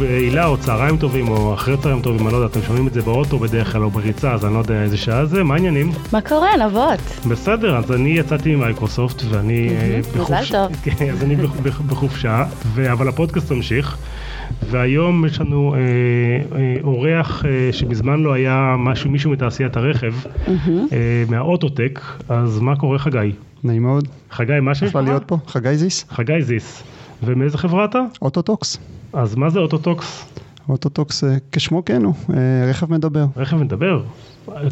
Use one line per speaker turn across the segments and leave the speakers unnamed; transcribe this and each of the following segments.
אה, הילה או צהריים טובים או אחרי צהריים טובים, אני לא יודע, אתם שומעים את זה באוטו בדרך כלל או בריצה, אז אני לא יודע איזה שעה זה, מה העניינים?
מה קורה, נבות?
בסדר, אז אני יצאתי ממייקרוסופט ואני אה,
מזל טוב.
כן, אז אני בח- בח- בחופשה, ו- אבל הפודקאסט ממשיך. והיום יש לנו אה, אה, אורח אה, שמזמן לא היה משהו, מישהו מתעשיית הרכב, אה, מהאוטוטק, אז מה קורה חגי?
נעים מאוד,
חגי, מה שם?
נפלא להיות פה, חגי זיס,
חגי זיס. ומאיזה חברה אתה?
אוטוטוקס,
אז מה זה אוטוטוקס?
אוטוטוקס אה, כשמו כן הוא, אה, רכב מדבר,
רכב מדבר?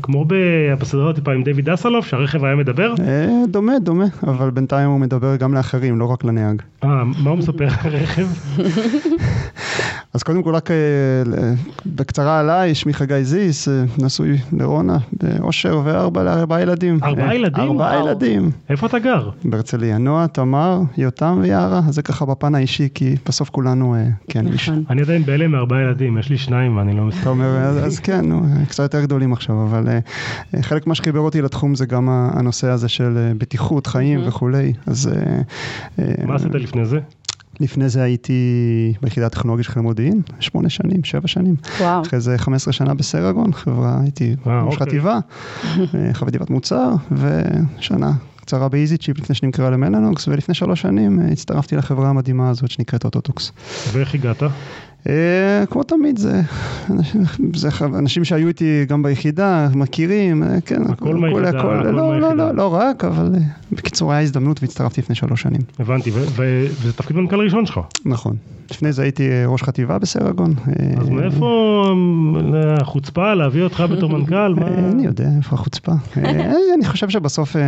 כמו ב- בסדרה טיפה עם דיוויד אסלוף, שהרכב היה מדבר?
אה, דומה דומה, אבל בינתיים הוא מדבר גם לאחרים, לא רק לנהג.
אה, מה הוא מספר על הרכב?
אז קודם כל רק אה, אה, בקצרה עליי, שמי חגי זיס, אה, נשוי לרונה, באושר וארבע לארבעה ילדים.
ארבעה
אה,
ילדים?
ארבעה
וואו.
ילדים,
איפה אתה גר?
בהרצליה, נועה, תמר, יותם ויערה, אז זה ככה בפן האישי, כי בסוף כולנו, אה, כן, איש.
נכון.
אני עדיין בהלם מארבעה ילדים, יש לי שניים ואני לא מסתכל.
אתה אומר, אז, אז כן, נו, קצת יותר גדולים עכשיו, אבל אה, אה, חלק מה שחיבר אותי לתחום זה גם ה- הנושא הזה של אה, בטיחות, חיים וכולי, אז אה, אה,
Mm-hmm. מה עשית לפני זה?
לפני זה הייתי ביחידה הטכנולוגית של חיל המודיעין, שמונה שנים, שבע שנים,
וואו.
אחרי זה 15 שנה בסרגון, חברה, הייתי
אה,
ראש
אוקיי.
חטיבה, אה, חטיבת מוצר, ושנה. קצרה באיזי צ'יפ לפני שנמכרה למלנוקס, ולפני שלוש שנים אה, הצטרפתי לחברה המדהימה הזאת שנקראת אוטוטוקס.
ואיך הגעת?
אה, כמו תמיד, זה, אנשים, זה ח- אנשים שהיו איתי גם ביחידה, מכירים, אה, כן,
הכל מהיחידה, הכל
לא, לא,
מהיחידה.
לא, לא, לא רק, אבל אה, בקיצור, היה הזדמנות והצטרפתי לפני שלוש שנים.
הבנתי, ו- ו- וזה תפקיד מנכ"ל ראשון שלך.
נכון. לפני זה הייתי אה, ראש חטיבה בסרגון. אה,
אז מאיפה אה, החוצפה להביא אותך בתור מנכ"ל? מה-
אה, אני יודע איפה החוצפה. אה, אני חושב שבסוף, אה,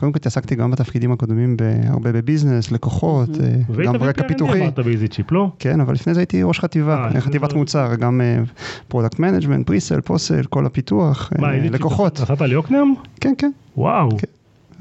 קודם כל התעסקתי גם בתפקידים הקודמים, ב- הרבה בביזנס, לקוחות, אה,
והיית
גם ברקע
ב-PRD,
פיתוחי.
אמרת באיזי צ'יפ, לא?
כן, אבל לפני זה הייתי ראש
אה,
חטיבה,
לפני
חטיבת
זה-
מוצר, גם אה, פרודקט מנג'מנט, פריסל, פוסל, כל הפיתוח, אה,
מה, איזי צ'יפ
לקוחות.
נסעת ליוקנעם?
כן, כן.
וואו.
כן.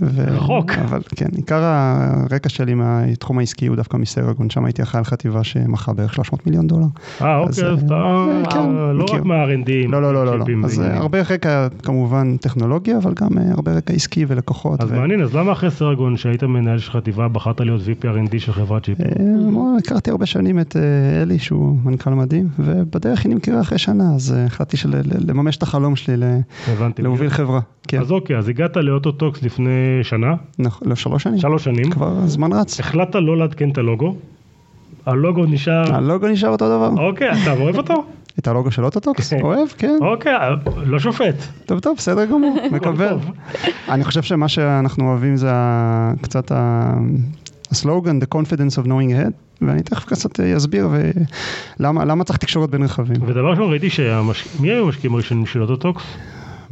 ו...
רחוק.
אבל כן, עיקר הרקע שלי מהתחום העסקי הוא דווקא מסרגון, שם הייתי אחראי על חטיבה שמכרה בערך 300 מיליון דולר.
אה,
אז,
אוקיי, אז
אה,
אתה
אה, כן,
אה, לא
מכיר.
רק מה-R&D.
לא, לא, לא, לא, לא.
צ'יפים
אז
ועניינים.
אה, הרבה רקע כמובן טכנולוגיה, אבל גם אה, הרבה רקע עסקי ולקוחות.
אז
ו-
מעניין, אז למה אחרי סרגון שהיית מנהל של חטיבה בחרת להיות VP R&D של חברת צ'יפ?
אה, מו- הכרתי הרבה שנים את אה, אלי, שהוא מנכ"ל מדהים, ובדרך היא נמכרה אחרי שנה, אז אה, החלטתי של- ל- לממש את החלום שלי ל-
הבנתי.
אה, להוביל חברה. כן,
אז אוקיי, אז הגעת לאוטוטוקס לפני שנה,
נכון, לא, שלוש שנים?
שלוש שנים,
כבר הזמן רץ.
החלטת לא לעדכן את הלוגו, הלוגו נשאר,
הלוגו נשאר אותו דבר.
אוקיי, אתה אוהב אותו?
את הלוגו של אוטוטוקס?
כן.
אוהב, כן.
אוקיי, לא שופט.
טוב טוב, בסדר גמור, מקבל.
טוב.
אני חושב שמה שאנחנו אוהבים זה ה- קצת ה- הסלוגן, The confidence of knowing ahead, ואני תכף קצת אה, אסביר ולמה, למה צריך תקשורת בין רכבים.
ודבר ראשון ראיתי שהמש... מי היו המשקיעים הראשונים של אוטוטוקס?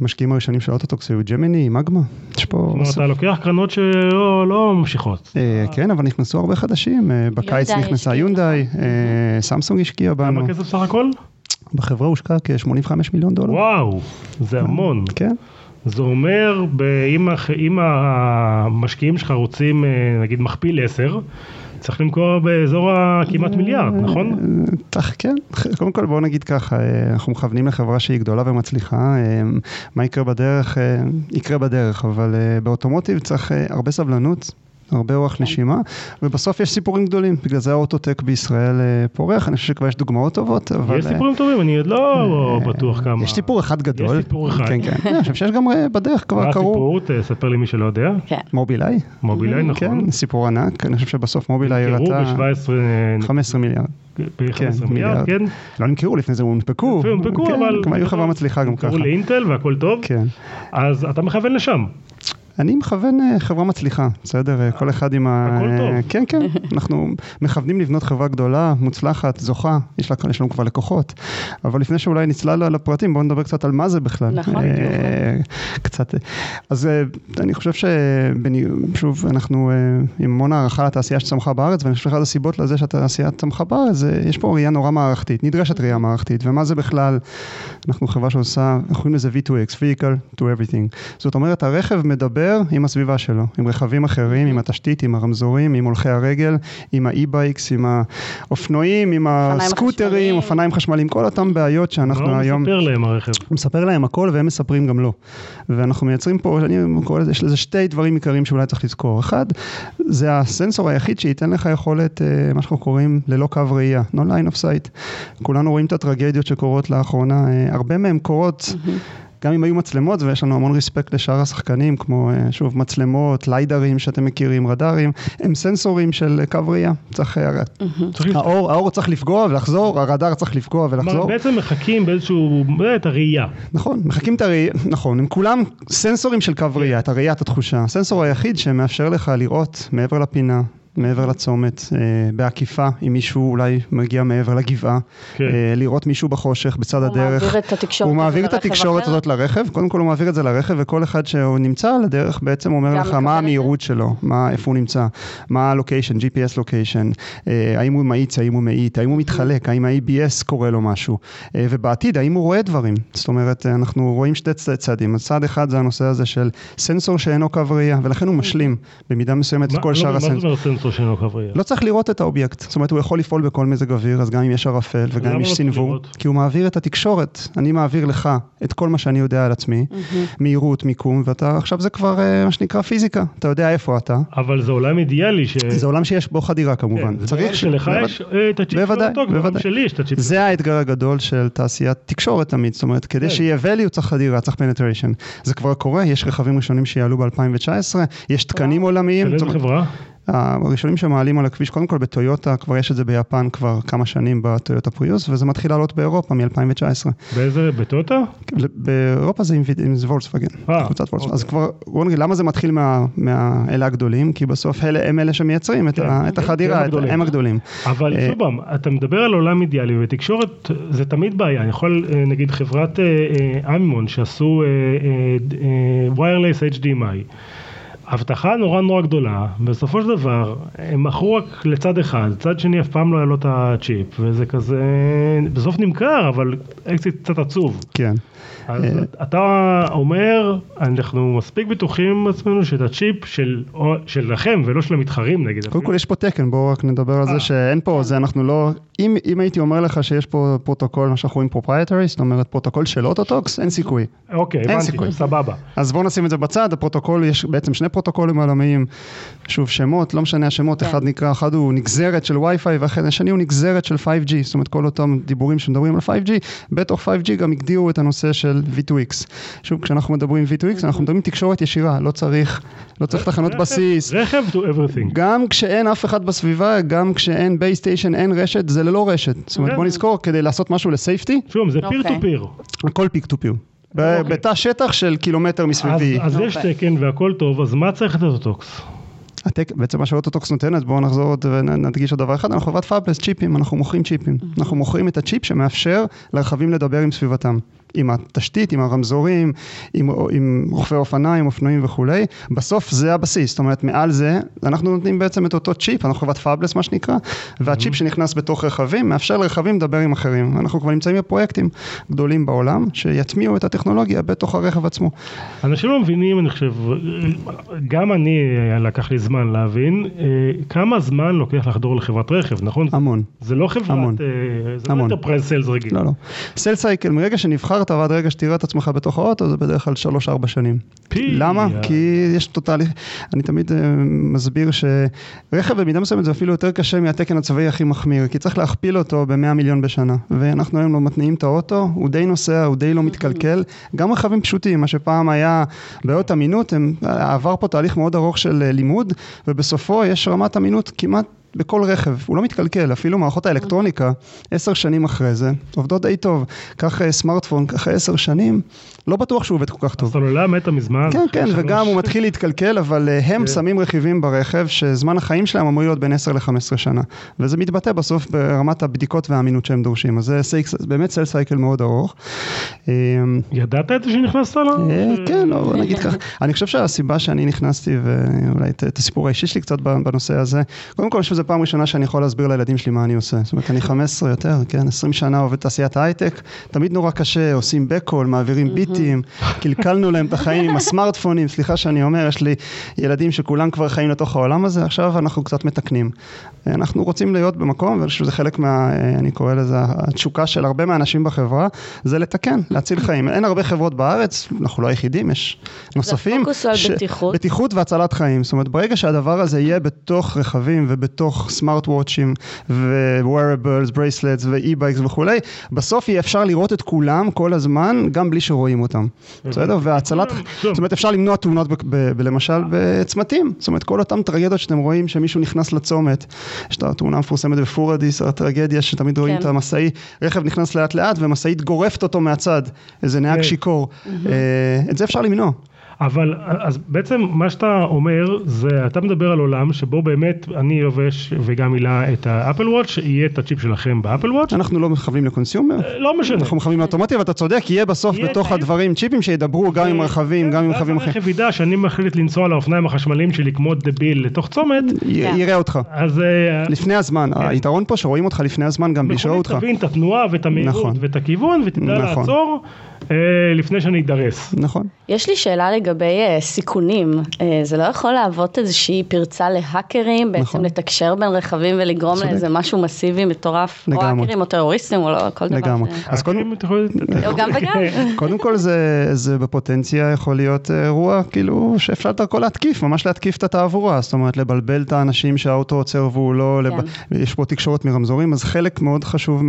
המשקיעים הראשונים של אוטוטוקס היו ג'מיני, מגמה, יש פה...
כלומר, אתה לוקח קרנות שלא לא ממשיכות.
אה, כן, אבל נכנסו הרבה חדשים, אה, בקיץ
יונדאי
נכנסה
השקיעה,
יונדאי, אה, סמסונג השקיעה בנו,
כמה כסף סך הכל?
לא. בחברה הושקע כ-85 מיליון דולר.
וואו, זה המון.
כן,
זה אומר, ב- אם הח- אם המשקיעים שלך רוצים, אה, נגיד, מכפיל 10, צריך למכור באזור הכמעט מיליארד, נכון?
אה, תח, כן, קודם כל בואו נגיד ככה, אה, אנחנו מכוונים לחברה שהיא גדולה ומצליחה, אה, מה יקרה בדרך, אה, יקרה בדרך, אבל אה, באוטומוטיב צריך אה, הרבה סבלנות. הרבה אורך
כן.
נשימה, ובסוף יש סיפורים גדולים, בגלל זה האוטוטק בישראל אה, פורח, אני חושב שכבר יש דוגמאות טובות, אבל...
יש
אה,
סיפורים טובים, אני עוד לא בטוח כמה.
יש סיפור אחד גדול.
סיפור אחד.
כן, כן. אני חושב שיש גם אה, בדרך
מה
כבר קרו.
הסיפור? תספר לי מי שלא יודע.
כן.
מובילאיי.
מובילאיי, נכון?
כן, סיפור ענק. אני חושב שבסוף מובילאיי
נמכרו
הראתה...
ב-17
15 מיליארד. כן,
מיליארד,
מיליארד.
כן.
לא נמכרו לפני זה, הונפקו.
הונפקו,
כן,
אבל...
כלומר, היו חברה מצליחה גם
נמכרו
ככה.
לאינטל והכל טוב.
כן.
אז אתה מכוון לשם.
אני מכוון אה, חברה מצליחה, בסדר? אה, כל אחד עם ה...
הכל טוב.
אה, כן, כן. אנחנו מכוונים לבנות חברה גדולה, מוצלחת, זוכה, יש לה- יש לנו כבר לקוחות. אבל לפני שאולי נצלל על הפרטים, בואו נדבר קצת על מה זה בכלל.
נכון,
אה, קצת. אה, אז אה, אני חושב ש... שוב, אנחנו אה, עם המון הערכה לתעשייה שצמחה בארץ, ואני חושב שאחת הסיבות לזה שהתעשייה צמחה בארץ, זה יש פה ראייה נורא מערכתית, נדרשת ראייה מערכתית, ומה זה בכלל? אנחנו חברה שעושה, אנחנו קוראים לזה V2X, Vehicle to Everything. זאת אומרת, הרכב מדבר להתחבר עם הסביבה שלו, עם רכבים אחרים, עם התשתית, עם הרמזורים, עם הולכי הרגל, עם האי-בייקס, עם האופנועים, עם הסקוטרים,
חשמליים.
אופניים חשמליים, כל אותן בעיות שאנחנו
מה הוא
היום...
מספר להם הרכב?
הוא מספר להם הכל והם מספרים גם לו. ואנחנו מייצרים פה, אני קורא לזה, יש לזה שתי דברים עיקריים שאולי צריך לזכור. אחד, זה הסנסור היחיד שייתן לך יכולת, אה, מה שאנחנו קוראים, ללא קו ראייה, no line of sight. כולנו רואים את הטרגדיות שקורות לאחרונה, אה, הרבה מהן קורות. גם אם היו מצלמות, ויש לנו המון רספקט לשאר השחקנים, כמו אה, שוב מצלמות, ליידרים שאתם מכירים, רדארים, הם סנסורים של אה, קו ראייה. צריך, אה,
צריך להסתכל.
האור, האור צריך לפגוע ולחזור, הרדאר צריך לפגוע
כלומר,
ולחזור.
בעצם מחכים באיזשהו, אה, את הראייה.
נכון, מחקים את הראייה, נכון, הם כולם סנסורים של קו ראייה, את הראייה, את התחושה. הסנסור היחיד שמאפשר לך לראות מעבר לפינה, מעבר לצומת, אה, בעקיפה, אם מישהו אולי מגיע מעבר לגבעה,
כן.
אה, לראות מישהו בחושך, בצד
הוא
הדרך.
מעביר את התקשורת
הוא
הזאת
מעביר את
לרכב
התקשורת
אחר?
הזאת לרכב, קודם כל הוא מעביר את זה לרכב, וכל אחד שהוא נמצא על הדרך בעצם אומר
גם
לך
מקבל את
מה
זה?
המהירות שלו, מה, איפה הוא נמצא, מה הלוקיישן, GPS לוקיישן, אה, האם הוא מאיץ, האם הוא מאיט, האם הוא מתחלק, האם ה-ABS קורה לו משהו, אה, ובעתיד האם הוא רואה דברים. זאת אומרת, אה, אנחנו רואים שתי צד- צעדים, אז צד אחד זה הנושא הזה של סנסור שאינו קו ראייה, ולכן
אוקיי.
הוא משלים במידה מסוימת את
מה-
כל
לא,
שאר
מה זאת
הסנסור.
אומרת סנסור שאינו קו ראייה?
לא צריך לראות את האובייקט, זאת אומרת הוא יכול לפעול בכל מזג אוויר, אז גם אם יש ערפל וגם
למה
אם
לא
יש
צריך
סנוור,
לראות?
כי הוא מעביר את התקשורת, אני מעביר לך את כל מה שאני יודע על עצמי, מהירות, מיקום, ואתה, עכשיו זה כבר אה, מה שנקרא פיזיקה, אתה יודע איפה אתה,
אבל זה עולם אידיאלי ש...
זה עולם שיש בו חדירה כמובן,
אה. כן, זה
צריך
עולם שלך
בוודאי.
יש אה, את הצ'יפ
בוודאי,
של הטוק, וגם
בוודאי.
שלי יש את הצ'יפ.
זה האתגר הגדול של תעשיית תקשורת תמיד, זאת אומרת, כדי
כן.
שיהיה value צריך חדירה, צריך penetration. זה כבר קורה, יש רכבים ראשונים שיעלו ב-2019, יש תקנים עולמיים.
של
זאת
איזה
אומרת,
חברה?
הראשונים שמעלים על הכביש, קודם כל בטויוטה, כבר יש את זה ביפן כבר כמה שנים בטויוטה פריוס, וזה מתחיל לעלות באירופה מ-2019.
באיזה? בטוטה?
באירופה זה עם, ויד- עם וולסווגן,
אה,
קבוצת וולסווגן.
אוקיי.
אז כבר, בוא נגיד, למה זה מתחיל מה- מאלה הגדולים? כי בסוף אלה, הם אלה שמייצרים את,
כן,
ה, את
כן,
החדירה,
הם
את,
הגדולים.
הם הגדולים.
אבל
אה,
שוב פעם, אתה מדבר על עולם אידיאלי, ותקשורת זה תמיד בעיה. אני יכול, אה, נגיד, חברת אה, אה, אמימון שעשו אה, אה, ד- אה, wireless HDMI, הבטחה נורא נורא גדולה, בסופו של דבר הם מכרו רק לצד אחד, צד שני אף פעם לא היה לו את הצ'יפ, וזה כזה, בסוף נמכר, אבל אקזיט קצת עצוב.
כן.
אז אתה אומר, אנחנו מספיק בטוחים עם עצמנו שאת הצ'יפ של, או- שלכם ולא של המתחרים נגיד.
קודם כל יש פה תקן, בואו רק נדבר על
אה.
זה שאין פה, זה אנחנו לא, אם, אם הייתי אומר לך שיש פה פרוטוקול, מה שאנחנו קוראים proprietary, זאת אומרת פרוטוקול של אוטוטוקס, אין סיכוי.
אוקיי,
סיכוי.
הבנתי, סבבה.
אז בואו נשים את זה בצד, הפרוטוקול, יש בעצם שני פרוטוקולים עולמיים, שוב שמות, לא משנה השמות,
כן.
אחד נקרא, אחד הוא נגזרת של Wi-Fi, והשני הוא נגזרת של 5G, זאת אומרת כל אותם דיבורים שמדברים על 5G, בתוך 5G גם הגדירו את הנושא של V2X. שוב, כשאנחנו מדברים V2X, אנחנו מדברים תקשורת ישירה, לא צריך, לא צריך תחנות
רכב-
בסיס.
רכב to everything.
גם כשאין אף אחד בסביבה, גם כשאין בייסטיישן, אין רשת, זה ללא רשת. זאת אומרת,
כן.
בוא נזכור, כדי לעשות משהו לסייפטי,
שוב, זה פיר
אוקיי.
טו פיר.
הכל פיק טו פיו. ב- בתא שטח של קילומטר מסביבי.
אז יש
אוקיי.
תקן והכל טוב, אז מה צריך את אוטוטוקס?
הטק, בעצם מה שאוטוטוקס נותנת, בואו נחזור עוד ונדגיש עוד דבר אחד, אנחנו חברת פאבלס צ'יפים, אנחנו מוכרים צ'יפים. אנחנו מוכרים את הצ'יפ שמאפשר לרכבים לדבר עם סביבתם. עם התשתית, עם הרמזורים, עם, עם רוכבי אופניים, אופנועים וכולי. בסוף זה הבסיס, זאת אומרת מעל זה, אנחנו נותנים בעצם את אותו צ'יפ, אנחנו חברת פאבלס מה שנקרא, והצ'יפ שנכנס בתוך רכבים, מאפשר לרכבים לדבר עם אחרים. אנחנו כבר נמצאים בפרויקטים גדולים בעולם, שיטמיעו את הטכנולוגיה בתוך הרכב עצמו.
אנשים לא מבינים, אני חושב, גם אני, אה, לקח לי זמן להבין, אה, כמה זמן לוקח לחדור לחברת רכב, נכון?
המון.
זה לא חברת,
המון.
אה, זה לא
המון.
אינטרפרייז סיילס רגיל.
לא, לא. סל סייקל, מרגע שנבחרת ועד רגע שתראה את עצמך בתוך האוטו, זה בדרך כלל 3-4 שנים.
פי-
למה? כי יש אותו תהליך, אני תמיד אה, מסביר שרכב במידה מסוימת זה אפילו יותר קשה מהתקן הצבאי הכי מחמיר, כי צריך להכפיל אותו ב-100 מיליון בשנה. ואנחנו היום לא מתניעים את האוטו, הוא די נוסע, הוא די לא מתקלקל. גם רכבים פשוטים, מה שפעם היה בעיות אמינות, הם, אה, עבר פה תהליך מאוד ארוך של אה, לימוד, ובסופו יש רמת אמינות כמעט... בכל רכב, הוא לא מתקלקל, אפילו מערכות האלקטרוניקה, עשר שנים אחרי זה, עובדות די טוב. קח אה, סמארטפון, קח עשר שנים, לא בטוח שהוא עובד כל כך טוב.
הסוללה מתה לא מזמן.
כן, כן,
שלוש.
וגם הוא מתחיל להתקלקל, אבל אה, הם שמים רכיבים ברכב שזמן החיים שלהם אמור להיות בין 10 ל-15 שנה. וזה מתבטא בסוף ברמת הבדיקות והאמינות שהם דורשים. אז זה סייק- באמת סל סייקל מאוד ארוך. אה,
ידעת את זה שנכנסת אליו?
אה, כן, לא, בוא נגיד ככה. אני חושב שהסיבה שאני נכנסתי, ואולי את את הסיפור האישי שלי קצת בנושא הזה, קודם כל, אני חושב שזה זו פעם ראשונה שאני יכול להסביר לילדים שלי מה אני עושה. זאת אומרת, אני 15 יותר, כן, 20 שנה עובד תעשיית הייטק, תמיד נורא קשה, עושים בקול, מעבירים ביטים, קלקלנו להם את החיים עם הסמארטפונים, סליחה שאני אומר, יש לי ילדים שכולם כבר חיים לתוך העולם הזה, עכשיו אנחנו קצת מתקנים. אנחנו רוצים להיות במקום, ואני חושב שזה חלק מה, אה, אני קורא לזה, התשוקה של הרבה מהאנשים בחברה, זה לתקן, להציל חיים. אין הרבה חברות בארץ, אנחנו לא היחידים, יש נוספים.
והפוקוס הוא על בטיחות.
בטיחות והצלת חיים. זאת אומרת, ברגע שהדבר הזה יהיה בתוך רכבים ובתוך סמארט וואצ'ים ו-wearables, bracelets ו-e-bikes וכולי, בסוף יהיה אפשר לראות את כולם כל הזמן, גם בלי שרואים אותם. בסדר? והצלת, זאת אומרת, אפשר למנוע תאונות ב- ב- ב- למשל בצמתים. זאת אומרת, כל אותן טרגדיות שאתם רואים, שמישהו נכנס לצומת, יש את התאונה המפורסמת בפורדיס, הטרגדיה שתמיד רואים
כן.
את המשאי, רכב נכנס לאט לאט ומשאית גורפת אותו מהצד, איזה נהג
כן.
שיכור. אה, את זה אפשר למנוע.
אבל אז בעצם מה שאתה אומר זה אתה מדבר על עולם שבו באמת אני לובש וגם הילה את האפל וואץ' יהיה את הצ'יפ שלכם באפל וואץ'
אנחנו לא מכוונים לקונסיומר.
לא משנה.
אנחנו מכוונים לאוטומטי, אבל אתה צודק, יהיה בסוף
יהיה
בתוך
את ה-
הדברים צ'יפים שידברו גם עם רכבים, גם עם
ואז
רכבים אחרים.
הרכב ידע כן, שאני מחליט לנסוע על האופניים החשמליים שלי כמו דביל לתוך צומת
י- יראה אותך.
אז אה,
לפני הזמן, היתרון פה שרואים אותך לפני הזמן גם בלי שראו
מכונית
אותך.
תבין את התנועה ואת
נכון.
המהירות ואת הכיוון ותדע
נכון.
לעצור אה, לפני שאני אדרס.
נכון.
יש לי שאלה לגבי אה, סיכונים. אה, זה לא יכול להוות איזושהי פרצה להאקרים, בעצם
נכון.
לתקשר בין רכבים ולגרום
צודק.
לאיזה משהו מסיבי מטורף, או
לגמרי.
האקרים או טרוריסטים או לא, כל דבר.
לגמרי.
ש-
אז קודם-
האקרים, אה, כן, אתה יכול-
או גם וגם.
קודם כל זה, זה בפוטנציה יכול להיות אה, אירוע כאילו שאפשר דרכו להתקיף, ממש להתקיף את התעבורה, זאת אומרת לבלבל את האנשים שהאוטו עוצר והוא לא,
כן.
לב... יש פה תקשורת מרמזורים, אז חלק מאוד חשוב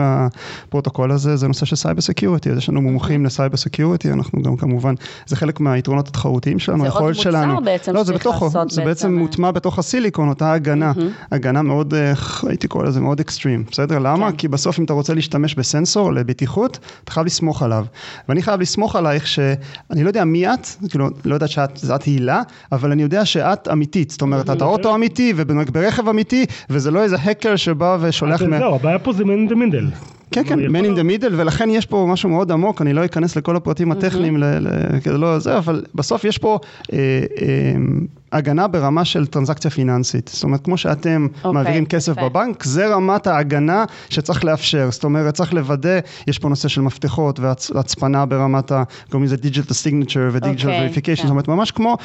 מהפרוטוקול הזה זה נושא של סייבר סקיוריטי, אז יש לנו
אוקיי.
מומחים לסייבר סקיוריטי, אנחנו גם כמובן, זה חלק מהיתרונות התחרותיים שלנו,
זה עוד
היכולת
מוצר
שלנו.
בעצם
לא, זה
שצריך
בתוכו,
לעשות
זה
בעצם,
בעצם
אה.
מוטמע בתוך הסיליקון, אותה הגנה, הגנה מאוד, אה, הייתי קורא לזה מאוד אקסטרים, בסדר? למה? כי בסוף אם אתה רוצה להשתמש בסנסור לבטיחות, אתה חייב לסמוך עליו. ואני חייב לסמוך עלייך שאני לא יודע מי את, כאילו, לא יודעת שאת זאת הילה, אבל אני יודע שאת אמיתית, זאת אומרת, את האוטו אמיתי וברכב אמיתי, וזה לא איזה האקר שבא ושולח...
אז
מה-
כן, זהו, הבעיה פה זה מנדל מנדל.
כן, כן,
יכול
man in
להיות.
the middle, ולכן יש פה משהו מאוד עמוק, אני לא אכנס לכל הפרטים הטכניים, ל- ל- כי זה לא זה, אבל בסוף יש פה אה, אה, הגנה ברמה של טרנזקציה פיננסית. זאת אומרת, כמו שאתם
אוקיי,
מעבירים כסף
יפה.
בבנק, זה רמת ההגנה שצריך לאפשר. זאת אומרת, צריך לוודא, יש פה נושא של מפתחות והצפנה ברמת ה... קוראים לזה digital signature ו-digital
אוקיי,
verification,
כן.
זאת אומרת, ממש כמו...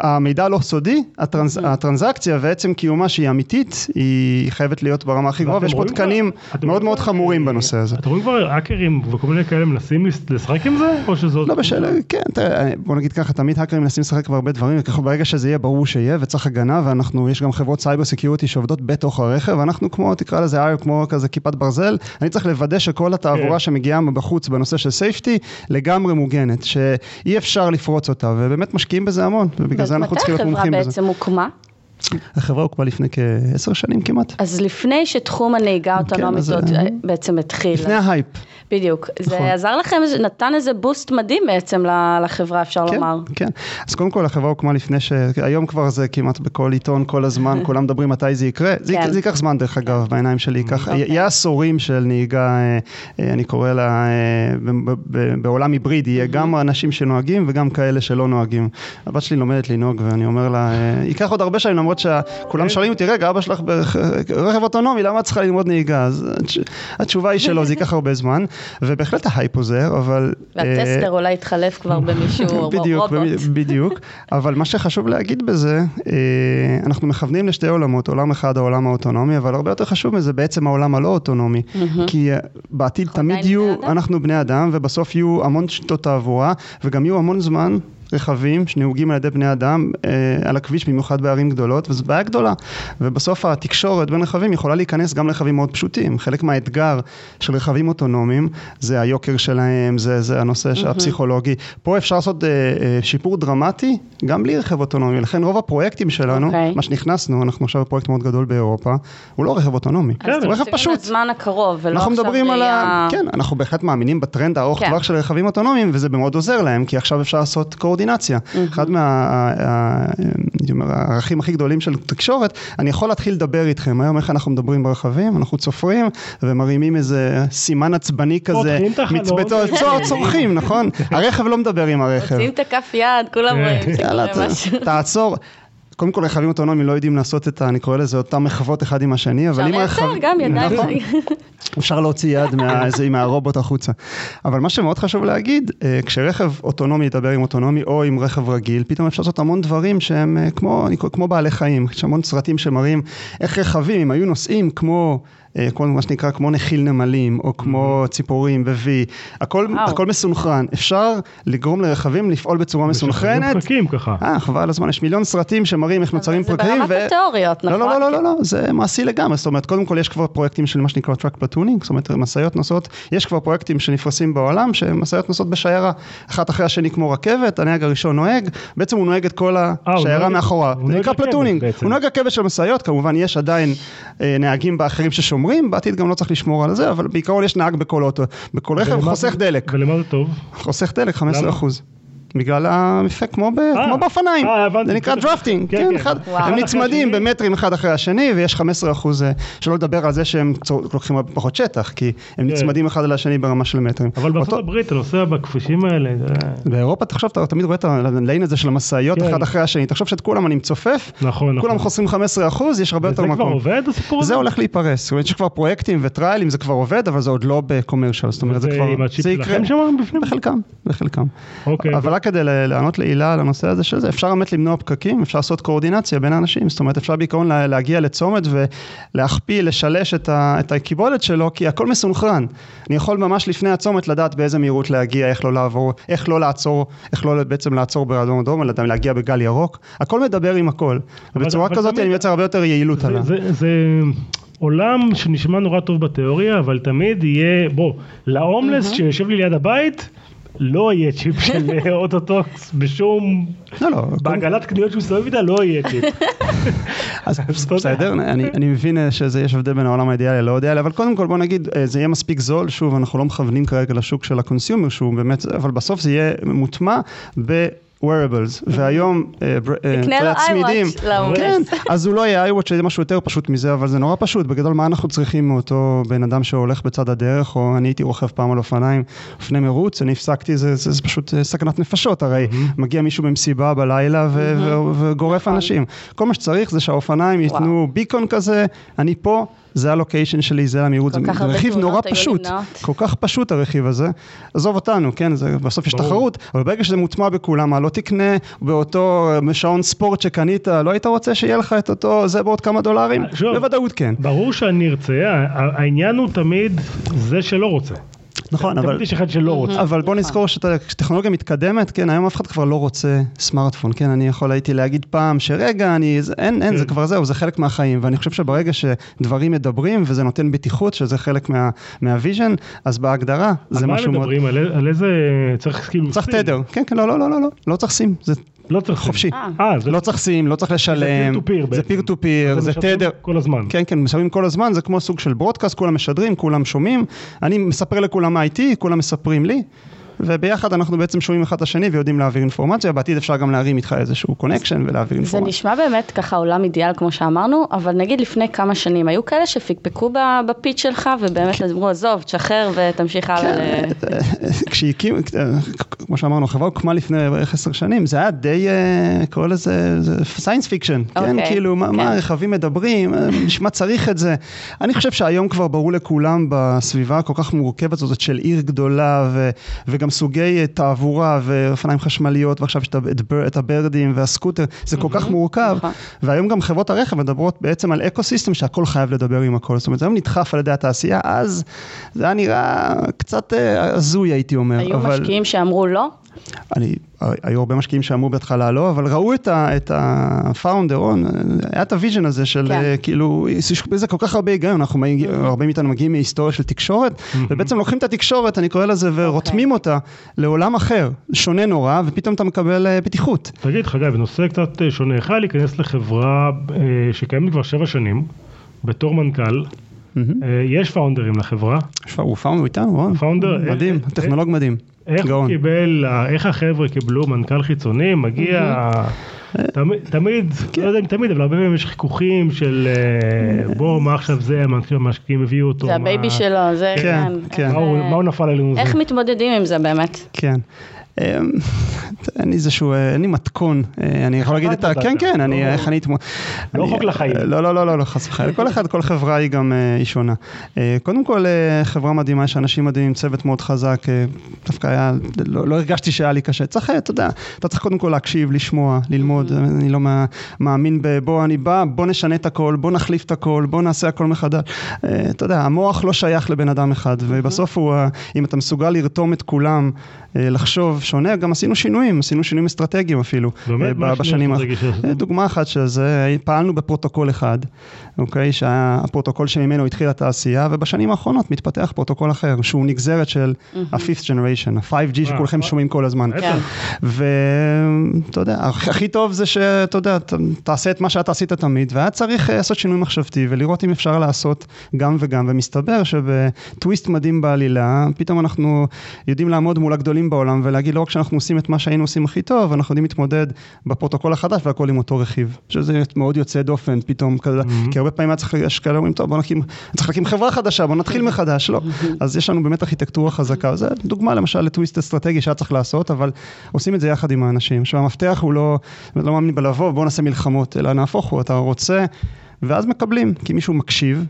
המידע לא סודי, הטרנז, הטרנזקציה ועצם קיומה שהיא אמיתית, היא חייבת להיות ברמה הכי גבוהה,
ואתם
ויש פה
רואים כבר-
תקנים
אתם
מאוד
רואים
מאוד
כבר- אה,
חמורים בנושא הזה.
אתם רואים כבר האקרים וכל מיני כאלה מנסים לס- לשחק עם זה? או שזאת...
לא בשאלה, כן, תראה, בוא נגיד ככה, תמיד האקרים מנסים לשחק בהרבה דברים, וככה ברגע שזה יהיה ברור שיהיה וצריך הגנה, ואנחנו, יש גם חברות סייבר סקיוריטי שעובדות בתוך הרכב, אנחנו כמו, תקרא לזה אייר, כמו כזה כיפת ברזל, אני צריך לוודא שכל התעבורה
כן.
שמגיעה מבחוץ בנושא של סייפטי, לגמרי מוגנת, שאי אפשר לפרוץ אותה, ובאמת משקיעים בזה המון, ובגלל זה אנחנו צריכים להיות מומחים
מתי החברה
בזה.
בעצם הוקמה?
החברה הוקמה לפני כעשר שנים כמעט.
אז לפני שתחום הנהיגה האוטונומית
אז,
עוד,
אה,
אה, בעצם התחיל.
לפני ההייפ.
בדיוק.
נכון.
זה עזר לכם, זה נתן איזה בוסט מדהים בעצם ל- לחברה, אפשר
כן,
לומר.
כן. אז קודם כל החברה הוקמה לפני ש... היום כבר זה כמעט בכל עיתון, כל הזמן, כולם מדברים מתי זה יקרה. זה,
כן. אוקיי.
יק- זה ייקח זמן דרך אגב, בעיניים שלי ייקח... י- יהיה עשורים של נהיגה, אה, אה, אני קורא לה, אה, ב- ב- ב- בעולם היברידי,
Mm-hmm.
יהיה גם אנשים שנוהגים וגם כאלה שלא נוהגים. הבת שלי לומדת לנהוג ואני אומר לה, אה, ייקח עוד הרבה שנים למרות
כן.
שכולם שואלים אותי, רגע, אבא שלך ברכב אוטונומי, למה את צריכה ללמוד נהיגה? אז התש- התשובה היא שלא, זה ייקח הרבה זמן, ובהחלט ההייפ עוזר, אבל... אה,
והטסטר אולי התחלף כבר במישהו, רוב-
בדיוק,
רובוט.
בדיוק, אבל מה שחשוב להגיד בזה, אה, אנחנו מכוונים לשתי עולמות, עולם אחד העולם האוטונומי, אבל הרבה יותר חשוב מזה בעצם העולם הלא אוטונומי, כי אה, בעתיד
אנחנו
תמיד
עדיין
יהיו,
בני אדם?
אנחנו בני אדם, ובסוף יהיו המון שיטות תעבורה, וגם יהיו המון זמן. רכבים שנהוגים על ידי בני אדם אה, על הכביש, במיוחד בערים גדולות, וזו בעיה גדולה. ובסוף התקשורת בין רכבים יכולה להיכנס גם לרכבים מאוד פשוטים. חלק מהאתגר של רכבים אוטונומיים זה היוקר שלהם, זה, זה הנושא mm-hmm. הפסיכולוגי. פה אפשר לעשות אה, אה, שיפור דרמטי גם בלי רכב אוטונומי. לכן רוב הפרויקטים שלנו,
אוקיי.
okay. מה שנכנסנו, אנחנו עכשיו בפרויקט מאוד גדול באירופה, הוא לא רכב אוטונומי,
כן,
אז
הוא
אתם
הוא רכב
מסתכלים
פשוט.
לזמן הקרוב, ולא
אנחנו
לא עכשיו
מדברים על ה...
ראייה-
כן, אנחנו בהחלט מאמינים בטרנד הארוך
כן.
טווח של רכבים אוטונומיים, וזה מאוד עוזר להם, כי עכשיו אפשר לעשות קואורדינציה.
Mm-hmm.
אחד מהערכים הכי גדולים של תקשורת, אני יכול להתחיל לדבר איתכם. היום איך אנחנו מדברים ברכבים, אנחנו צופרים ומרימים איזה סימן עצבני כזה,
פותחים את החלון.
מצבתו- צור- צורכים, נכון? הרכב לא מדבר עם הרכב.
מוציאים את הכף יד, כולם
כן.
רואים, זה
יאללה,
קורה משהו.
ת- תעצור. קודם כל רכבים אוטונומיים לא יודעים לעשות את, ה- אני קורא לזה אותם מחוות אחד עם השני, אבל
אפשר
אם
לייצר
הרכב...
גם ידיים.
נכון. אפשר להוציא יד מה, זה, מהרובוט החוצה. אבל מה שמאוד חשוב להגיד, אה, כשרכב אוטונומי ידבר עם אוטונומי או עם רכב רגיל, פתאום אפשר לעשות המון דברים שהם אה, כמו, אני קורא- כמו בעלי חיים. יש המון סרטים שמראים איך רכבים, אם היו נוסעים כמו, אה, כמו מה שנקרא, כמו נחיל נמלים, או כמו ציפורים ב-V, הכל,
Mm-hmm. וואו.
הכל מסונכרן. אפשר לגרום לרכבים לפעול בצורה מסונכרנת.
משחררים פקקים ככה.
אה, חבל על הזמן, יש מיליון סרטים שמראים איך נוצרים
זה
פרקים.
ברמת התיאוריות,
לא,
נכון?
לא, לא, לא, לא, זה מעשי לגמרי, זאת אומרת, קודם כל יש כבר פרויקטים של מה שנקרא טראק פלטונינג, זאת אומרת, משאיות נוסעות, יש כבר פרויקטים שנפרסים בעולם, שמשאיות נוסעות בשיירה, אחת אחרי השני כמו רכבת, הנהג הראשון נוהג, בעצם הוא נוהג את כל
אה, הוא
השיירה
נוהג-
מאחורה,
הוא
זה
נוהג
נקרא
רכבת
פלטונינג,
בעצם.
הוא נוהג רכבת של משאיות, כמובן יש עדיין אה, נהגים אחרים ששומרים, בעתיד גם לא צריך לשמור על זה, אבל בעיקרון יש נהג בכל אוטו, בכל רכב,
ולמה-
חוסך דלק,
ולמה זה טוב?
חוסך דלק 15%.
למה?
בגלל המפק, כמו, ב,
אה,
כמו באופניים,
אה, הבנתי.
זה נקרא
בסדר.
דרפטינג,
כן,
כן,
כן.
אחד,
וואו.
הם
אחד אחרי
נצמדים
השני.
במטרים אחד אחרי השני ויש 15 אחוז, אה, שלא לדבר על זה שהם צור- לוקחים הרבה פחות שטח, כי הם
כן.
נצמדים אחד על השני ברמה של מטרים.
אבל בארצות
אותו-
הברית אתה נוסע בכבישים האלה, אה, זה-
באירופה תחשוב, אתה תמיד רואה את הליין הזה של המשאיות
כן.
אחד אחרי השני, תחשוב שאת כולם אני מצופף,
נכון, נכון.
כולם חוסרים 15 אחוז, יש הרבה
וזה
יותר
כבר
מקום.
עובד הסיפור הזה?
זה הולך להיפרס, זאת אומרת יש כבר פרויקטים וטריילים, זה כבר עובד, אבל זה עוד לא בקומרשל, זאת אומרת זה
זה
כבר,
עם הצ'יפ
זה יקרה.
שלכם שם בפנים?
בחלקם, בחלקם.
אוקיי.
אבל רק כדי ל- לענות להילה על הנושא הזה של זה, אפשר באמת למנוע פקקים, אפשר לעשות קואורדינציה בין האנשים, זאת אומרת אפשר בעיקרון לה- להגיע לצומת ולהכפיל, לשלש את, ה, את הקיבולת שלו, כי הכל מסונכרן. אני יכול ממש לפני הצומת לדעת באיזה מהירות להגיע, איך לא לעבור, איך לא לעצור, איך לא בעצם לעצור באדום אדום, אלא להגיע בגל ירוק, הכל מדבר עם הכל. ובצורה
אבל
כזאת
תמיד-
אני מייצר הרבה יותר יעילות
זה-
עליו.
זה- זה עולם שנשמע נורא טוב בתיאוריה, אבל תמיד יהיה, בוא, להומלס שיושב לי ליד הבית, לא יהיה צ'יפ של אוטוטוקס בשום...
לא, לא, קודם-
בעגלת קניות שהוא מסתובב איתה לא יהיה צ'יפ.
אז בסדר, אני, אני מבין אה, שזה יש הבדל בין העולם האידיאלי ללא אידיאלי, אבל קודם כל בוא נגיד, אה, זה יהיה מספיק זול, שוב, אנחנו לא מכוונים כרגע לשוק של הקונסיומר, שהוא באמת, אבל בסוף זה יהיה מוטמע ב... wearables, והיום, אה, בר- אה,
תקנה
אתה יודע,
לו iWatch
צמידים,
להורים.
כן, אז הוא לא יהיה iWatch, זה משהו יותר פשוט מזה, אבל זה נורא פשוט, בגדול מה אנחנו צריכים מאותו בן אדם שהולך בצד הדרך, או אני הייתי רוכב פעם על אופניים לפני מרוץ, אני הפסקתי, זה, זה, זה פשוט אה, סכנת נפשות, הרי מגיע מישהו במסיבה בלילה ו- ו-
נכון.
וגורף אנשים, כל מה שצריך זה שהאופניים ייתנו ביקון כזה, אני פה. זה הלוקיישן שלי, זה המהירות, זה
כל כך הרבה
רכיב
תאונות
נורא
היו
פשוט,
נמנעות.
כל כך פשוט הרכיב הזה. עזוב אותנו, כן, זה, בסוף יש
ברור.
תחרות, אבל ברגע שזה מוטמע בכולם, מה לא תקנה באותו אה, שעון ספורט שקנית, לא היית רוצה שיהיה לך את אותו, זה בעוד כמה דולרים?
שוב.
בוודאות כן.
ברור שאני ארצה, ה- העניין הוא תמיד זה שלא רוצה.
נכון, אבל...
תמיד יש אחד שלא רוצה.
אבל בוא נזכור שאתה- כשטכנולוגיה מתקדמת, כן, היום אף אחד כבר לא רוצה סמארטפון, כן, אני יכול הייתי להגיד פעם שרגע, אני, זה- אין, אין, זה
כן.
כבר זהו, זה חלק מהחיים, ואני חושב שברגע שדברים מדברים וזה נותן בטיחות, שזה חלק מה- מהוויז'ן, אז בהגדרה זה משהו
על מה
מאוד...
מדברים? על א- על איזה... צריך כאילו...
צריך
סים.
תדר, כן, כן, לא, לא, לא, לא, לא, לא צריך סים, זה
לא צריך סים.
חופשי.
אה, זה
לא צריך סים, לא צריך לשלם,
peer to peer
זה
בעצם.
פיר טו פיר,
אז
זה
הם משדרים
תדר.
כל הזמן.
כן, כן, משדרים כל הזמן, זה כמו סוג של ברודקאסט, כולם משדרים, כולם שומעים. אני מספר לכולם מה איתי, כולם מספרים לי, וביחד אנחנו בעצם שומעים אחד את השני ויודעים להעביר אינפורמציה, בעתיד אפשר גם להרים איתך איזשהו קונקשן ולהעביר
זה
אינפורמציה.
נשמע באמת ככה עולם אידיאל כמו שאמרנו, אבל נגיד לפני כמה שנים היו כאלה שפקפקו ב- בפיץ שלך
כן.
ובאמת אמרו עזוב, תשחרר ותמשיך הלאה. ל-"
כשהקים, כמו שאמרנו, החברה הוקמה לפני בערך עשר שנים, זה היה די, אה, קורא לזה סיינס פיקשן, כן?
אוקיי,
כאילו, מה- מה
כן.
הרכבים מדברים, אה, בשביל מה צריך את זה? אני חושב שהיום כבר ברור לכולם בסביבה הכל כך מורכבת הזאת של עיר גדולה, ו- וגם סוגי אה, תעבורה ואופניים חשמליות, ועכשיו יש את ה- את בר- את הברדים והסקוטר, זה כל כך מורכב,
נכון.
והיום גם חברות הרכב מדברות בעצם על אקו סיסטם שהכל חייב לדבר עם הכל, זאת אומרת, זה היום נדחף על ידי התעשייה, אז זה היה נראה קצת אה, הזוי הייתי אומר.
היו
אבל-
משקיעים שאמרו לא,
אני, היו הרבה משקיעים שאמרו בהתחלה לא, אבל ראו את ה- את ה-founder, רון, היה את הוויז'ן הזה של
כן.
אה, כאילו, יש בזה כל כך הרבה היגיון, אנחנו, מגיע- הרבה מאיתנו מגיעים מהיסטוריה של תקשורת, ובעצם לוקחים את התקשורת, אני קורא לזה, ורותמים אותה לעולם אחר, שונה נורא, ופתאום אתה מקבל אה, בטיחות.
תגיד חגי, בנושא קצת אה, שונה, יכול להיכנס לחברה אה, שקיימת כבר שבע שנים, בתור מנכ"ל, אה, יש פאונדרים לחברה,
שמע, הוא פאונדר איתנו, רון.
פאונדר,
מדהים,
אה,
טכנולוג מדהים.
איך הוא
גאון.
קיבל, אה, איך החבר'ה קיבלו מנכ"ל חיצוני, מגיע, תמ- תמיד,
כן.
לא יודע אם תמיד, אבל הרבה פעמים יש חיכוכים של אה, בוא, מה עכשיו זה, המנכ"ל- המשקיעים הביאו אותו,
זה
מה-
הבייבי שלו, זה
כן,
כן.
כן.
מה הוא- מה הוא נפל עלינו, זה?
איך מתמודדים עם זה באמת?
כן. אה, אין לי איזשהו, אה, אין לי מתכון, אה, אני יכול להגיד את ה...
נתת.
כן, כן, אני,
לא-
איך אני אתמודד.
לא חוק לחיים.
לא, לא, לא, לא, לא, חס וחלילה. כל אחד, כל חברה היא גם, אה, היא שונה. אה, קודם כל, אה, חברה מדהימה, יש אנשים מדהימים, צוות מאוד חזק, אה, דווקא היה, לא לא הרגשתי שהיה לי קשה. צריך, אה, אתה יודע, אתה צריך קודם כל להקשיב, לשמוע,
Mm-hmm.
ללמוד, אני לא מה- מאמין ב... בוא, אני בא, בוא נשנה את הכל, בוא נחליף את הכל, בוא נעשה הכל מחדש. אה, אתה יודע, המוח לא שייך לבן אדם אחד, ובסוף הוא, ה- אם אתה מסוגל לרתום את כולם, אה, לחשוב שונה, גם עשינו שינויים, עשינו שינויים אסטרטגיים אפילו.
באמת?
אה,
מה
ב-
השינוי
בשנים האח-
האסטרטגי שעשיתם?
אה, דוגמה אחת של זה, פעלנו בפרוטוקול אחד, אוקיי? שהיה הפרוטוקול שממנו התחילה התעשייה, ובשנים האחרונות מתפתח פרוטוקול אחר, שהוא נגזרת של ה-Fifth Generation, ה-5G שכולכם
אה,
שומעים כל הזמן.
בטח.
ואתה יודע, הכ- הכי טוב זה שאתה יודע, ת- תעשה את מה שאתה עשית תמיד, והיה צריך אה, לעשות שינוי מחשבתי ולראות אם אפשר לעשות גם וגם, ומסתבר שבטוויסט מדהים בעלילה, פתאום אנחנו יודעים לעמוד מול הגדולים בעולם ולהגיד לא רק שאנחנו עושים את מה שהיינו עושים הכי טוב, אנחנו יודעים להתמודד בפרוטוקול החדש והכל עם אותו רכיב. אני חושב שזה מאוד יוצא דופן פתאום, כזה,
Mm-hmm.
כי הרבה פעמים היה צריך, יש כאלה אומרים, טוב בוא נקים, צריך להקים חברה חדשה, בוא נתחיל מחדש, לא. אז יש לנו באמת ארכיטקטורה חזקה, זו דוגמה למשל לטוויסט אסטרטגי שהיה צריך לעשות, אבל עושים את זה יחד עם האנשים. עכשיו המפתח הוא לא, זאת אומרת, לא מאמין בלבוא, בואו נעשה מלחמות, אלא נהפוך הוא, אתה רוצה, ואז מקבלים, כי מישהו מקשיב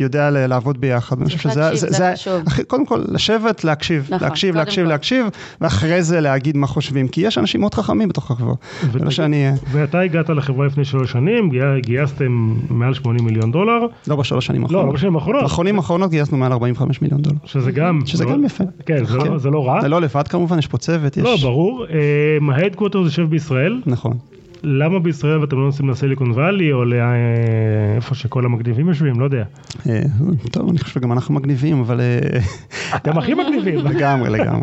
ויודע ל- לעבוד ביחד. אני חושב
צריך
שזה,
להקשיב, זה חשוב.
הכי- קודם כל, לשבת, להקשיב,
נכון,
להקשיב,
קודם
להקשיב,
כל.
להקשיב, ואחרי זה להגיד מה חושבים, כי יש אנשים מאוד חכמים בתוך החברה. זה לא
ותגיד-
שאני, אה,
ואתה הגעת לחברה לפני שלוש שנים, גי- גייסתם מעל 80 מיליון דולר,
לא בשלוש שנים האחרונות.
לא, לא בשנים האחרונות,
האחרונים האחרונות גייסנו מעל 45 מיליון דולר.
שזה גם,
נכון. שזה
מאוד-
גם יפה.
כן, זה
כן.
לא- זה לא רע,
זה לא לבד כמובן, יש פה צוות, יש...
לא, ברור, ההדקווטר יושב בישראל,
נכון.
למה בישראל ואתם לא נוסעים לסיליקון וואלי או לאיפה שכל המגניבים יושבים, לא יודע,
אה, טוב, אני חושב שגם אנחנו מגניבים, אבל... אה,
אתם הכי מגניבים,
לגמרי, לגמרי.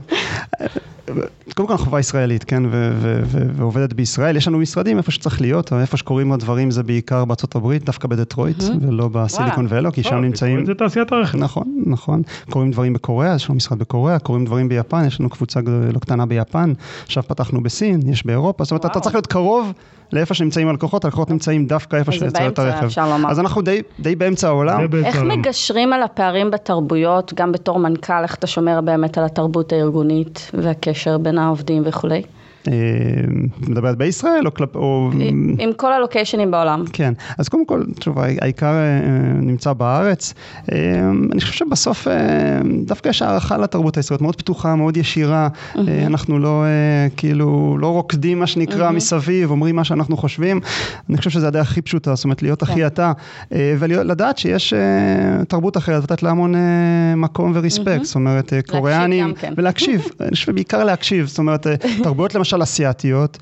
קודם כל החברה ישראלית, כן, ו- ו- ו- ועובדת בישראל. יש לנו משרדים איפה שצריך להיות, אבל איפה שקורים הדברים זה בעיקר בארצות הברית, דווקא בדטרויט, ולא בסיליקון ואלו, כי שם
אה,
נמצאים...
זה תעשיית הרכב,
נכון, נכון. קורים דברים בקוריאה, יש לנו משרד בקוריאה, קורים דברים ביפן, יש לנו קבוצה גדול- לא קטנה ביפן, עכשיו פתחנו בסין, יש באירופה, זאת אומרת, אתה צריך להיות קרוב לאיפה שנמצאים הלקוחות, הלקוחות נמצאים דווקא איפה
אז זה
שיוצא את
באמצע,
הרכב.
אפשר לומר.
אז אנחנו די- די באמצע העולם.
זה בעצם-
איך מגשרים על הפערים בתרבויות, גם בתור מנכ"ל, איך אתה שומר באמת על התרבות הארגונית והקשר בין העובדים וכולי?
אה, את מדברת בישראל או כלפ... או-
אה. עם כל הלוקיישנים בעולם.
כן, אז קודם כל, שוב, העיקר אה, נמצא בארץ. אה, אני חושב שבסוף אה, דווקא יש הערכה לתרבות הישראלית, מאוד פתוחה, מאוד ישירה. אה, אנחנו לא, אה, כאילו, לא רוקדים, מה שנקרא, מסביב, אומרים מה שאנחנו חושבים. אני חושב שזו הדרך הכי פשוטה, זאת אומרת, להיות הכי אתה, אה, ולדעת שיש אה, תרבות אחרת, לתת לה המון אה, מקום ורספקט, זאת אומרת, אה, קוריאנים,
גם כן.
ולהקשיב, אני חושב בעיקר להקשיב, זאת אומרת, אה, תרבויות למשל אסיאתיות,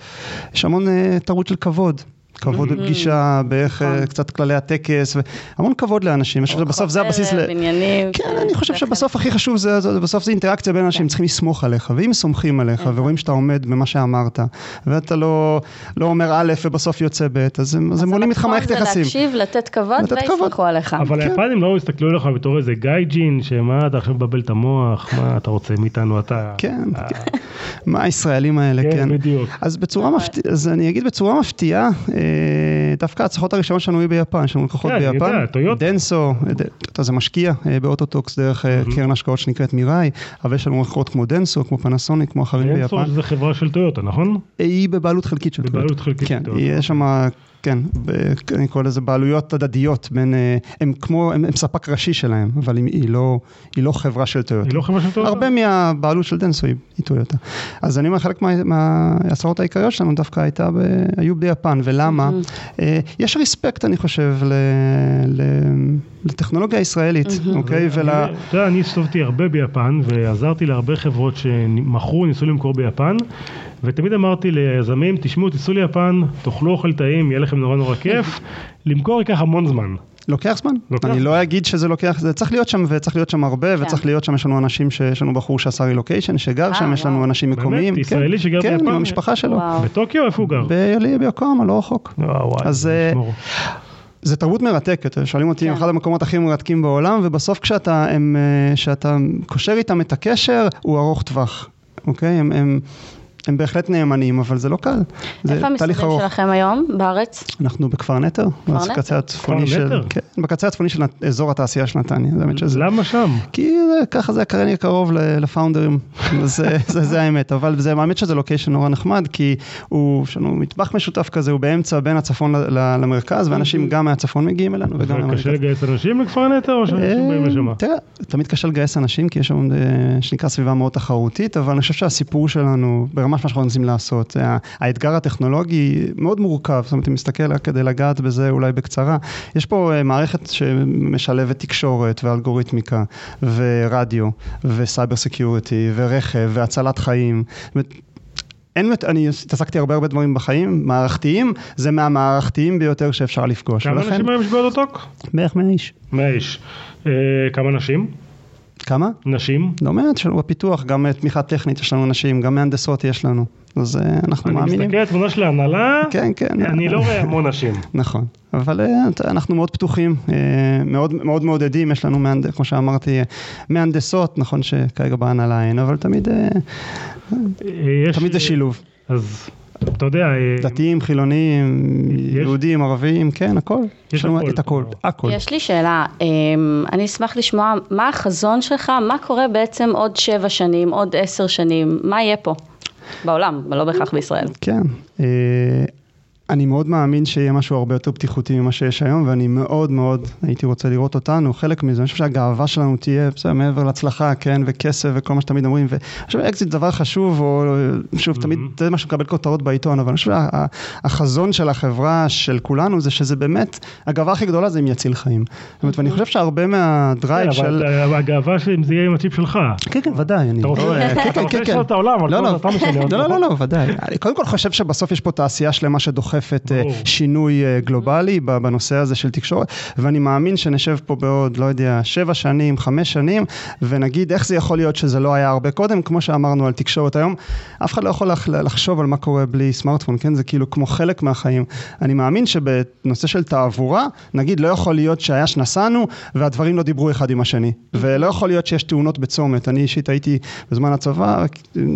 יש המון אה, תרבות של כבוד. כבוד
Mm-hmm.
בפגישה, באיך
נכון.
אה, קצת כללי הטקס, והמון כבוד לאנשים, אני חושב שבסוף
אוקיי,
זה הבסיס ל...
בניינים. אה,
כן, אני חושב שבסוף הכי חשוב זה, זה- בסוף זה אינטראקציה בין
כן.
אנשים, צריכים לסמוך עליך, ואם סומכים עליך
Mm-hmm.
ורואים שאתה עומד במה שאמרת, ואתה לא, לא אומר א' ובסוף יוצא ב', אז הם אז הם בונים איתך מערכת
זה
יחסים.
להקשיב, לתת כבוד,
לתת כבוד.
ויסמכו עליך.
כן.
אבל היפנים לא הסתכלו עליך בתור איזה גייג'ין, שמה אתה עכשיו מבלבל את המוח, מה אתה רוצה מאיתנו, אתה... אה,
כן, כן. מה הישראלים האלה,
כן,
כן.
בדיוק.
אז בצורה
נכון.
מפתיעה, אז אני אגיד בצורה מפתיעה, אה, דווקא ההצלחות הראשונות שלנו היא ביפן, יש לנו לקוחות
כן, אני
ביפן.
יודע, טויוטה.
דנסו, אה, ד- אתה יודע, זה משקיע אה, באוטוטוקס דרך אה, קרן השקעות שנקראת מיראי, אבל יש לנו לקוחות כמו דנסו, כמו פנסוניק, כמו אחרים
אין סוף
ביפן. אה,
שזה חברה של טויוטה, נכון?
היא בבעלות חלקית של
בבעלות
טויוטה.
חלקית של
כן,
טויוטה.
יש שם, כן, ב- אני קורא לזה בעלויות הדדיות בין, אה, הם כמו, הם הם ספק ראשי שלהם, אבל היא- היא לא- היא לא חברה של טויוטה.
היא לא חברה של טויוטה?
הרבה מהבעלות של דנסו היא היא טויוטה. אז אני אומר, חלק מה- מההצהרות העיקריות שלנו דווקא הייתה ב, היו ביפן, ולמה? אה, יש רספקט, אני חושב, ל, ל, לטכנולוגיה הישראלית, אוקיי? ול...
אני- אתה יודע, אני הסתובבתי הרבה ביפן, ועזרתי להרבה חברות שמכרו, ניסו למכור ביפן, ותמיד אמרתי ליזמים, תשמעו, תיסעו ליפן, תאכלו אוכל טעים, יהיה לכם נורא נורא כיף, למכור ייקח המון זמן.
לוקח זמן.
לוקח כן.
אני לא אגיד שזה לוקח, זה צריך להיות שם, וצריך להיות שם הרבה, וצריך להיות שם, יש לנו אנשים, ש- יש לנו בחור שעשה רילוקיישן, שגר
אה,
שם, יש לנו אנשים מקומיים. כן,
ישראלי שגר
כן,
ביפן?
עם המשפחה שלו.
וואו.
בטוקיו, איפה הוא גר?
אה. ב- ביוקרמה, לא רחוק.
וואו, וואי,
אז, אה,
תשמור.
זה תרבות מרתקת, שואלים אותי,
כן.
אחד המקומות הכי מרתקים בעולם, ובסוף כשאתה הם, אה, כשאתה קושר איתם את הקשר, הוא ארוך טווח, אוקיי? הם, הם, הם בהחלט נאמנים, אבל זה לא קל. זה
איפה
תהליך
המשרדים
ארוך.
שלכם היום בארץ?
אנחנו בכפר נטר, אז
נטר?
בקצה הצפוני
כפר
של...
נטר?
כן, בקצה הצפוני של נת- אזור התעשייה של נתניה, זה האמת שזה...
למה שם?
כי זה- ככה זה הקרני הקרוב ל- לפאונדרים, אז, אה, זה, זה האמת, אבל זה האמת שזה לוקיישן נורא נחמד, כי הוא, יש לנו מטבח משותף כזה, הוא באמצע בין הצפון ל- ל- למרכז, ואנשים גם מהצפון מגיעים אלינו וגם למרכז.
קשה לגייס אנשים לכפר נטע או שאנשים באים לשם?
אה, תראה, תמיד קשה לגייס אנשים, כי יש שם, אה, שנקרא, סביבה מאוד תחרותית, אבל אני חושב שהסיפור שלנו, ברמת מה שאנחנו רוצים לעשות, אה, האתגר הטכנולוגי מאוד מורכב, זאת אומרת, אם נסתכל כדי לגעת בזה אולי בקצרה, יש פה אה, מערכת שמשלבת תקשורת ואלגוריתמיקה, ורדיו, וסייבר סקיוריטי, ורכב, והצלת חיים. זאת אומרת, אין, מת- אני התעסקתי הרבה הרבה דברים בחיים, מערכתיים, זה מהמערכתיים ביותר שאפשר לפגוש.
כמה
ולכן-
אנשים היום יש באוטוטוק?
בערך 100 איש.
100 איש. אה, כמה נשים?
כמה?
נשים?
לא מעט שלנו בפיתוח, גם אה, תמיכה טכנית יש לנו נשים, גם מהנדסות יש לנו. אז אה, אנחנו
אני
מאמינים.
מסתכל על תמונה של ההנהלה,
כן, כן.
אני לא רואה המון נשים.
נכון, אבל אה, אתה- אנחנו מאוד פתוחים, אה, מאוד מאוד מעודדים, יש לנו, מהנד... כמו שאמרתי, אה, מהנדסות, נכון שכרגע בהנהלה אין, אבל תמיד, אה,
אה, יש-
תמיד זה שילוב,
אז אתה יודע, אה,
דתיים, חילונים, יהודים, ערבים, כן, הכל,
יש
יש לנו
הכל.
את הכל, הכל.
יש לי שאלה, אמ, אני אשמח לשמוע מה החזון שלך, מה קורה בעצם עוד שבע שנים, עוד עשר שנים, מה יהיה פה? בעולם, אבל לא בהכרח בישראל.
כן. אה, אני מאוד מאמין שיהיה משהו הרבה יותר בטיחותי ממה שיש היום, ואני מאוד מאוד הייתי רוצה לראות אותנו, חלק מזה, אני חושב שהגאווה שלנו תהיה, בסדר, מעבר להצלחה, כן, וכסף וכל מה שתמיד אומרים, ואני חושב שאקזיט זה דבר חשוב, או שוב, תמיד,
Mm-hmm.
זה מה שמקבל כותרות בעיתון, אבל אני חושב שהחזון של החברה, של כולנו, זה שזה באמת, הגאווה הכי גדולה זה אם יציל חיים. זאת אומרת, ואני חושב שהרבה
Mm-hmm. כן,
מהדרייב
אבל
של...
אה, הגאווה שלי אם זה יהיה עם הצ'יפ שלך.
כן, כן, ודאי, אני...
אתה רוצה-
לא, אה,
אתה
כן, כן,
רוצה
כן,
לשנות
כן.
את העולם, אבל
לא,
כל
לא.
הזמן אתה משנה אותו.
לא, לא, לא, לא, ודאי. אני קודם כל חושב שבסוף יש פה תעשייה שלמה שדוחפת אה,
ברור.
שינוי אה, גלובלי ב- בנושא הזה של תקשורת, ואני מאמין שנשב פה בעוד, לא יודע, שבע שנים, חמש שנים, ונגיד איך זה יכול להיות שזה לא היה הרבה קודם, כמו שאמרנו על תקשורת היום, אף אחד לא יכול לח- לחשוב על מה קורה בלי סמארטפון, כן? זה כאילו כמו חלק מהחיים. אני מאמין שבנושא של תעבורה, נגיד לא יכול להיות שהיה שנסענו והדברים לא דיברו אחד עם השני, ולא יכול להיות שיש תאונות בצומת. אני אישית הייתי בזמן הצבא, אה,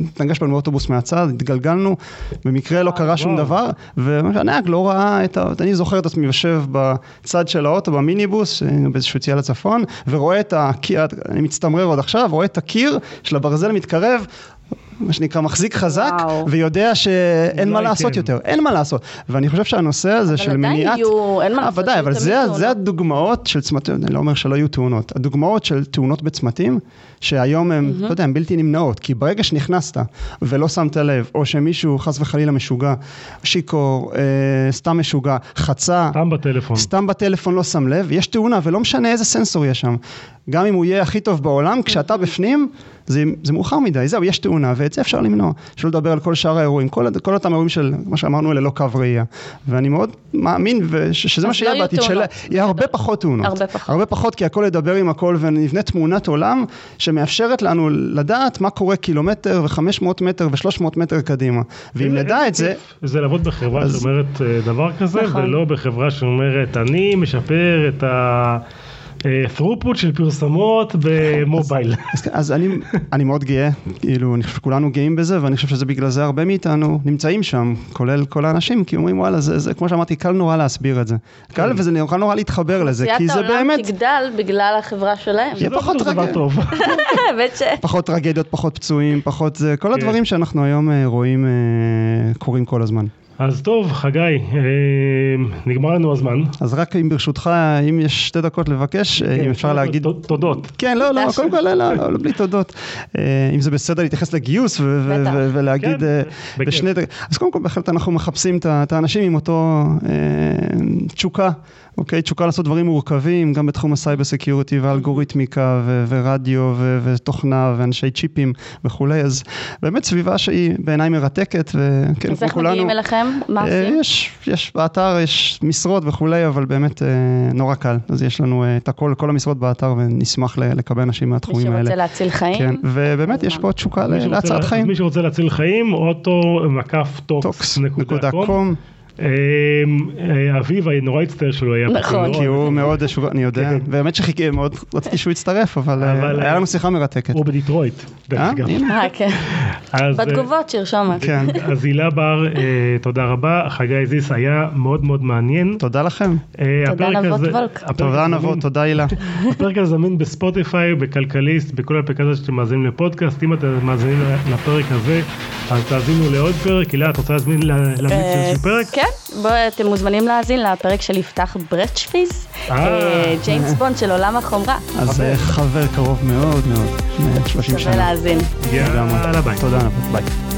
התנגש בנו אוטובוס מהצד, התגלגלנו, במקרה לא קרה שום
וואו.
דבר, והנהג לא ראה את ה... אני זוכר את עצמי יושב בצד של האוטו, במיניבוס, היינו באיזשהו יציאה לצפון, ורואה את הקיר, אני מצטמרר עוד עכשיו, רואה את הקיר של הברזל מתקרב. מה שנקרא מחזיק חזק,
וואו. לא
ויודע שאין מה
אולי
לעשות
כן.
יותר, אין מה לעשות. ואני חושב שהנושא הזה של
עדיין
מניעת...
יהיו- אין מה
אה,
לעשות,
ודאי,
יהיו
אבל
תמיד
זה,
תאונות.
זה הדוגמאות של צמתים, אני לא אומר שלא יהיו תאונות, הדוגמאות של תאונות בצמתים, שהיום הן, אתה יודע, הן בלתי נמנעות, כי ברגע שנכנסת ולא שמת לב, או שמישהו חס וחלילה משוגע, שיכור, אה, סתם משוגע, חצה,
סתם בטלפון.
סתם בטלפון לא שם לב, יש תאונה, ולא משנה איזה סנסור יש שם. גם אם הוא יהיה הכי טוב בעולם, כשאתה
אוקיי.
בפנים, זה, זה מאוחר מדי, זהו, יש תאונה, ואת זה אפשר למנוע. שלא לדבר על כל שאר האירועים, כל, כל אותם אירועים של, מה שאמרנו, ללא קו ראייה. ואני מאוד מאמין וש,
אז
שזה מה
לא
שיהיה
יהיו
בעתיד,
תאונות.
של- יהיה הרבה פחות תאונות.
הרבה פחות.
הרבה פחות, כי הכל ידבר עם הכל, ונבנה תמונת עולם שמאפשרת לנו לדעת מה קורה קילומטר ו-500 מטר ו-300 מטר קדימה. ואם נדע את זה,
אה, זה לעבוד בחברה
אז-
שאומרת אה, דבר כזה,
נכון.
ולא בחברה שאומרת אני משפר את ה... אה, throughput של פרסומות במובייל.
אז, אז אני, אני מאוד גאה, כאילו, אני חושב שכולנו גאים בזה, ואני חושב שזה בגלל זה הרבה מאיתנו נמצאים שם, כולל כל האנשים, כי אומרים, וואלה, זה, זה כמו שאמרתי, קל נורא להסביר את זה. קל וזה נורא נורא להתחבר לזה, כי זה באמת, כן.
תעשיית העולם תגדל בגלל החברה שלהם.
זה
יהיה
לא
פחות
בטוח דבר
רגע.
טוב.
האמת ש...
פחות טרגדיות, פחות פצועים, פחות זה, כל הדברים שאנחנו היום אה, רואים אה, קורים כל הזמן.
אז טוב, חגי, אה, נגמר לנו הזמן.
אז רק אם ברשותך, אם יש שתי דקות לבקש, אה,
כן,
אם אפשר להגיד...
ת- תודות.
כן, לא, לא,
תודה.
קודם כל, לא, לא, לא, לא, בלי תודות. אה, אם זה בסדר להתייחס לגיוס ו- ו-
בטח.
ו- ולהגיד
כן,
אה,
בכיף.
בשני... דק- אז קודם כל, בהחלט אנחנו מחפשים את ה- את האנשים עם אותו אה, תשוקה, אוקיי? תשוקה לעשות דברים מורכבים, גם בתחום הסייבר סקיוריטי ואלגוריתמיקה ו- ורדיו ו- ותוכנה ואנשי צ'יפים וכולי, אז באמת סביבה שהיא בעיניי מרתקת, וכן,
אז
כן, כמו
איך מגיעים
כולנו.
אליכם? מה
אה,
עושים?
יש, יש באתר, יש משרות וכולי, אבל באמת אה, נורא קל. אז יש לנו אה, את הכל, כל המשרות באתר, ונשמח ל- לקבל אנשים
מי
מהתחומים האלה.
שרוצה אה, להציל חיים?
כן, ובאמת יש פה תשוקה
מי
ל-
שרוצה
להצלת
לה-
אה, חיים.
מי שרוצה להציל חיים, אוטו מקף טוקס נקודה קום.
טוקס.com,
אה, אה, אביב, אני נורא הצטער שלא היה פה.
נכון.
כי
כי
הוא-
הוא מאוד, משוגע, אני יודע,
כן.
באמת שחיכי, מאוד רציתי שהוא יצטרף, אבל
אבל,
אה,
אה,
היה לנו שיחה מרתקת.
הוא בדטרויט. דרך
אה?
אגב.
הנה.
אה, כן.
אז, אה,
בתגובות שירשום את.
כן,
אז הילה בר, אה, תודה רבה. חגי זיס היה מאוד מאוד מעניין.
תודה לכם.
אה,
תודה,
הפרק
נבות
הזה-
וולק.
הפרק
תודה
הזה
נבות,
זמין-
תודה הילה.
הפרק הזה זמין בספוטיפיי, בכלכליסט, בכל האפליקציות שאתם מאזינים לפודקאסט. אם אתם מאזינים לפרק הזה, אז תאזינו לעוד פרק. הילה, את רוצה להזמין לה- להמליץ
אה,
איזשהו פרק?
כן, בוא, אתם מוזמנים להאזין לפרק של יפתח ברצ'פיס,
אה.
אה, ג'יימס בונד של עולם החומרה.
אז אה, חבר קרוב מאוד מאוד,
שווה
30 שנה.
להאזין.
יאללה, ביי.
תודה נבות, ביי.